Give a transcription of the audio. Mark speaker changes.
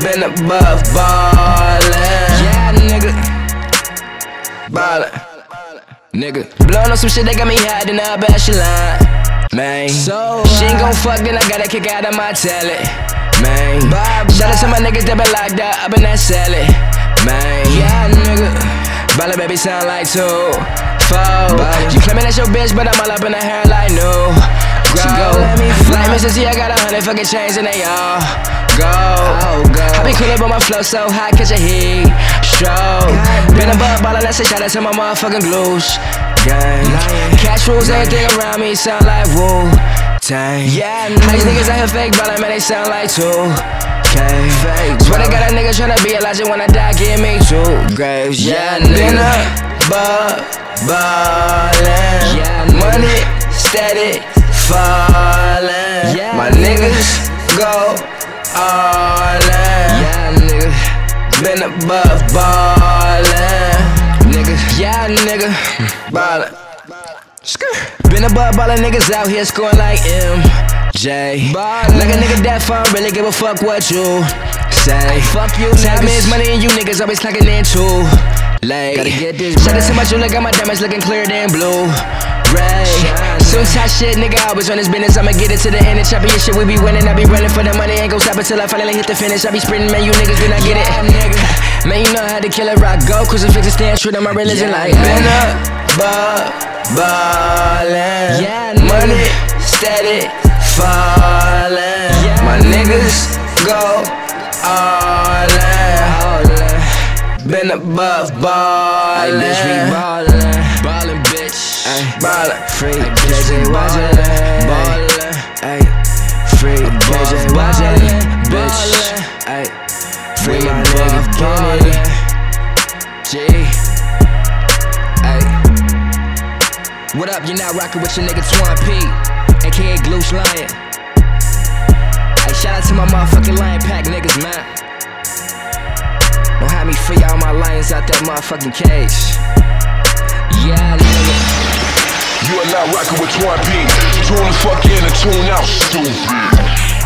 Speaker 1: Been above ballin'. Yeah, nigga. Ballin'. Nigga. Blowin' on some shit that got me high, then I bet she lying. Man. So she ain't gon' fuck, then I gotta kick out of my talent. Man. Shout out to my niggas that been locked up, up in that salad. Man. Yeah, nigga. Ballin' baby sound like two. Four. You claiming that's your bitch, but I'm all up in her hair like no. Go. Like Mr. T, I got a hundred fucking chains and they all go. go. I be coolin' but my flow so hot, catch a heat stroke. Been above ballin', that's a shout out to my motherfucking glues. Gang. Cash rules, everything around me sound like woo. Tang. Yeah, How these niggas out here fake ballin', man, they sound like two. Okay. Fake. Swear to God, a nigga tryna be Elijah when I die, give me two graves. Yeah, nigga. Been above ballin'. Yeah, money steady falling. Yeah, My niggas go all in. Yeah, nigga. Been above ballin'. Nigga, yeah, nigga. Ballin'. Skr. Been above ballin' niggas out here scoring like MJ. Ballin'. Like a nigga that far, really give a fuck what you say. Fuck you, Time is money, and you niggas always clocking in too. Late. Gotta get this. Shout out to my jeweler, got my diamonds looking clearer than blue. Ray. Soon touch shit, nigga. Always run this business. I'ma get it to the end. The championship we be winning. I be running for the money. Ain't gon' stop until I finally hit the finish. I be sprinting, man. You niggas when I get it. Nigga. Man, you know how to kill a rock. Go crucifix and stand true to my religion. Like, been up, bu- ballin'. Yeah, money steady fallin'. My niggas go all in. Been above ballin'. Ay, bitch, we ballin'. Ballin', bitch. Ay, ballin'. Free KJ Wajin. Ballin'. Ay, free KJ Wajin. Bitch. Ay, free my nigga Kenny. G. Ay. What up? You're not rocking with your nigga Twan P, aka Gloosh Lion. Hey, shout out to my motherfucking Lion Pack niggas, man. Don't have me free all my lions out that motherfucking cage. Yeah, nigga.
Speaker 2: You are not rocking with Twan P. Tune the fuck in and tune out, stupid.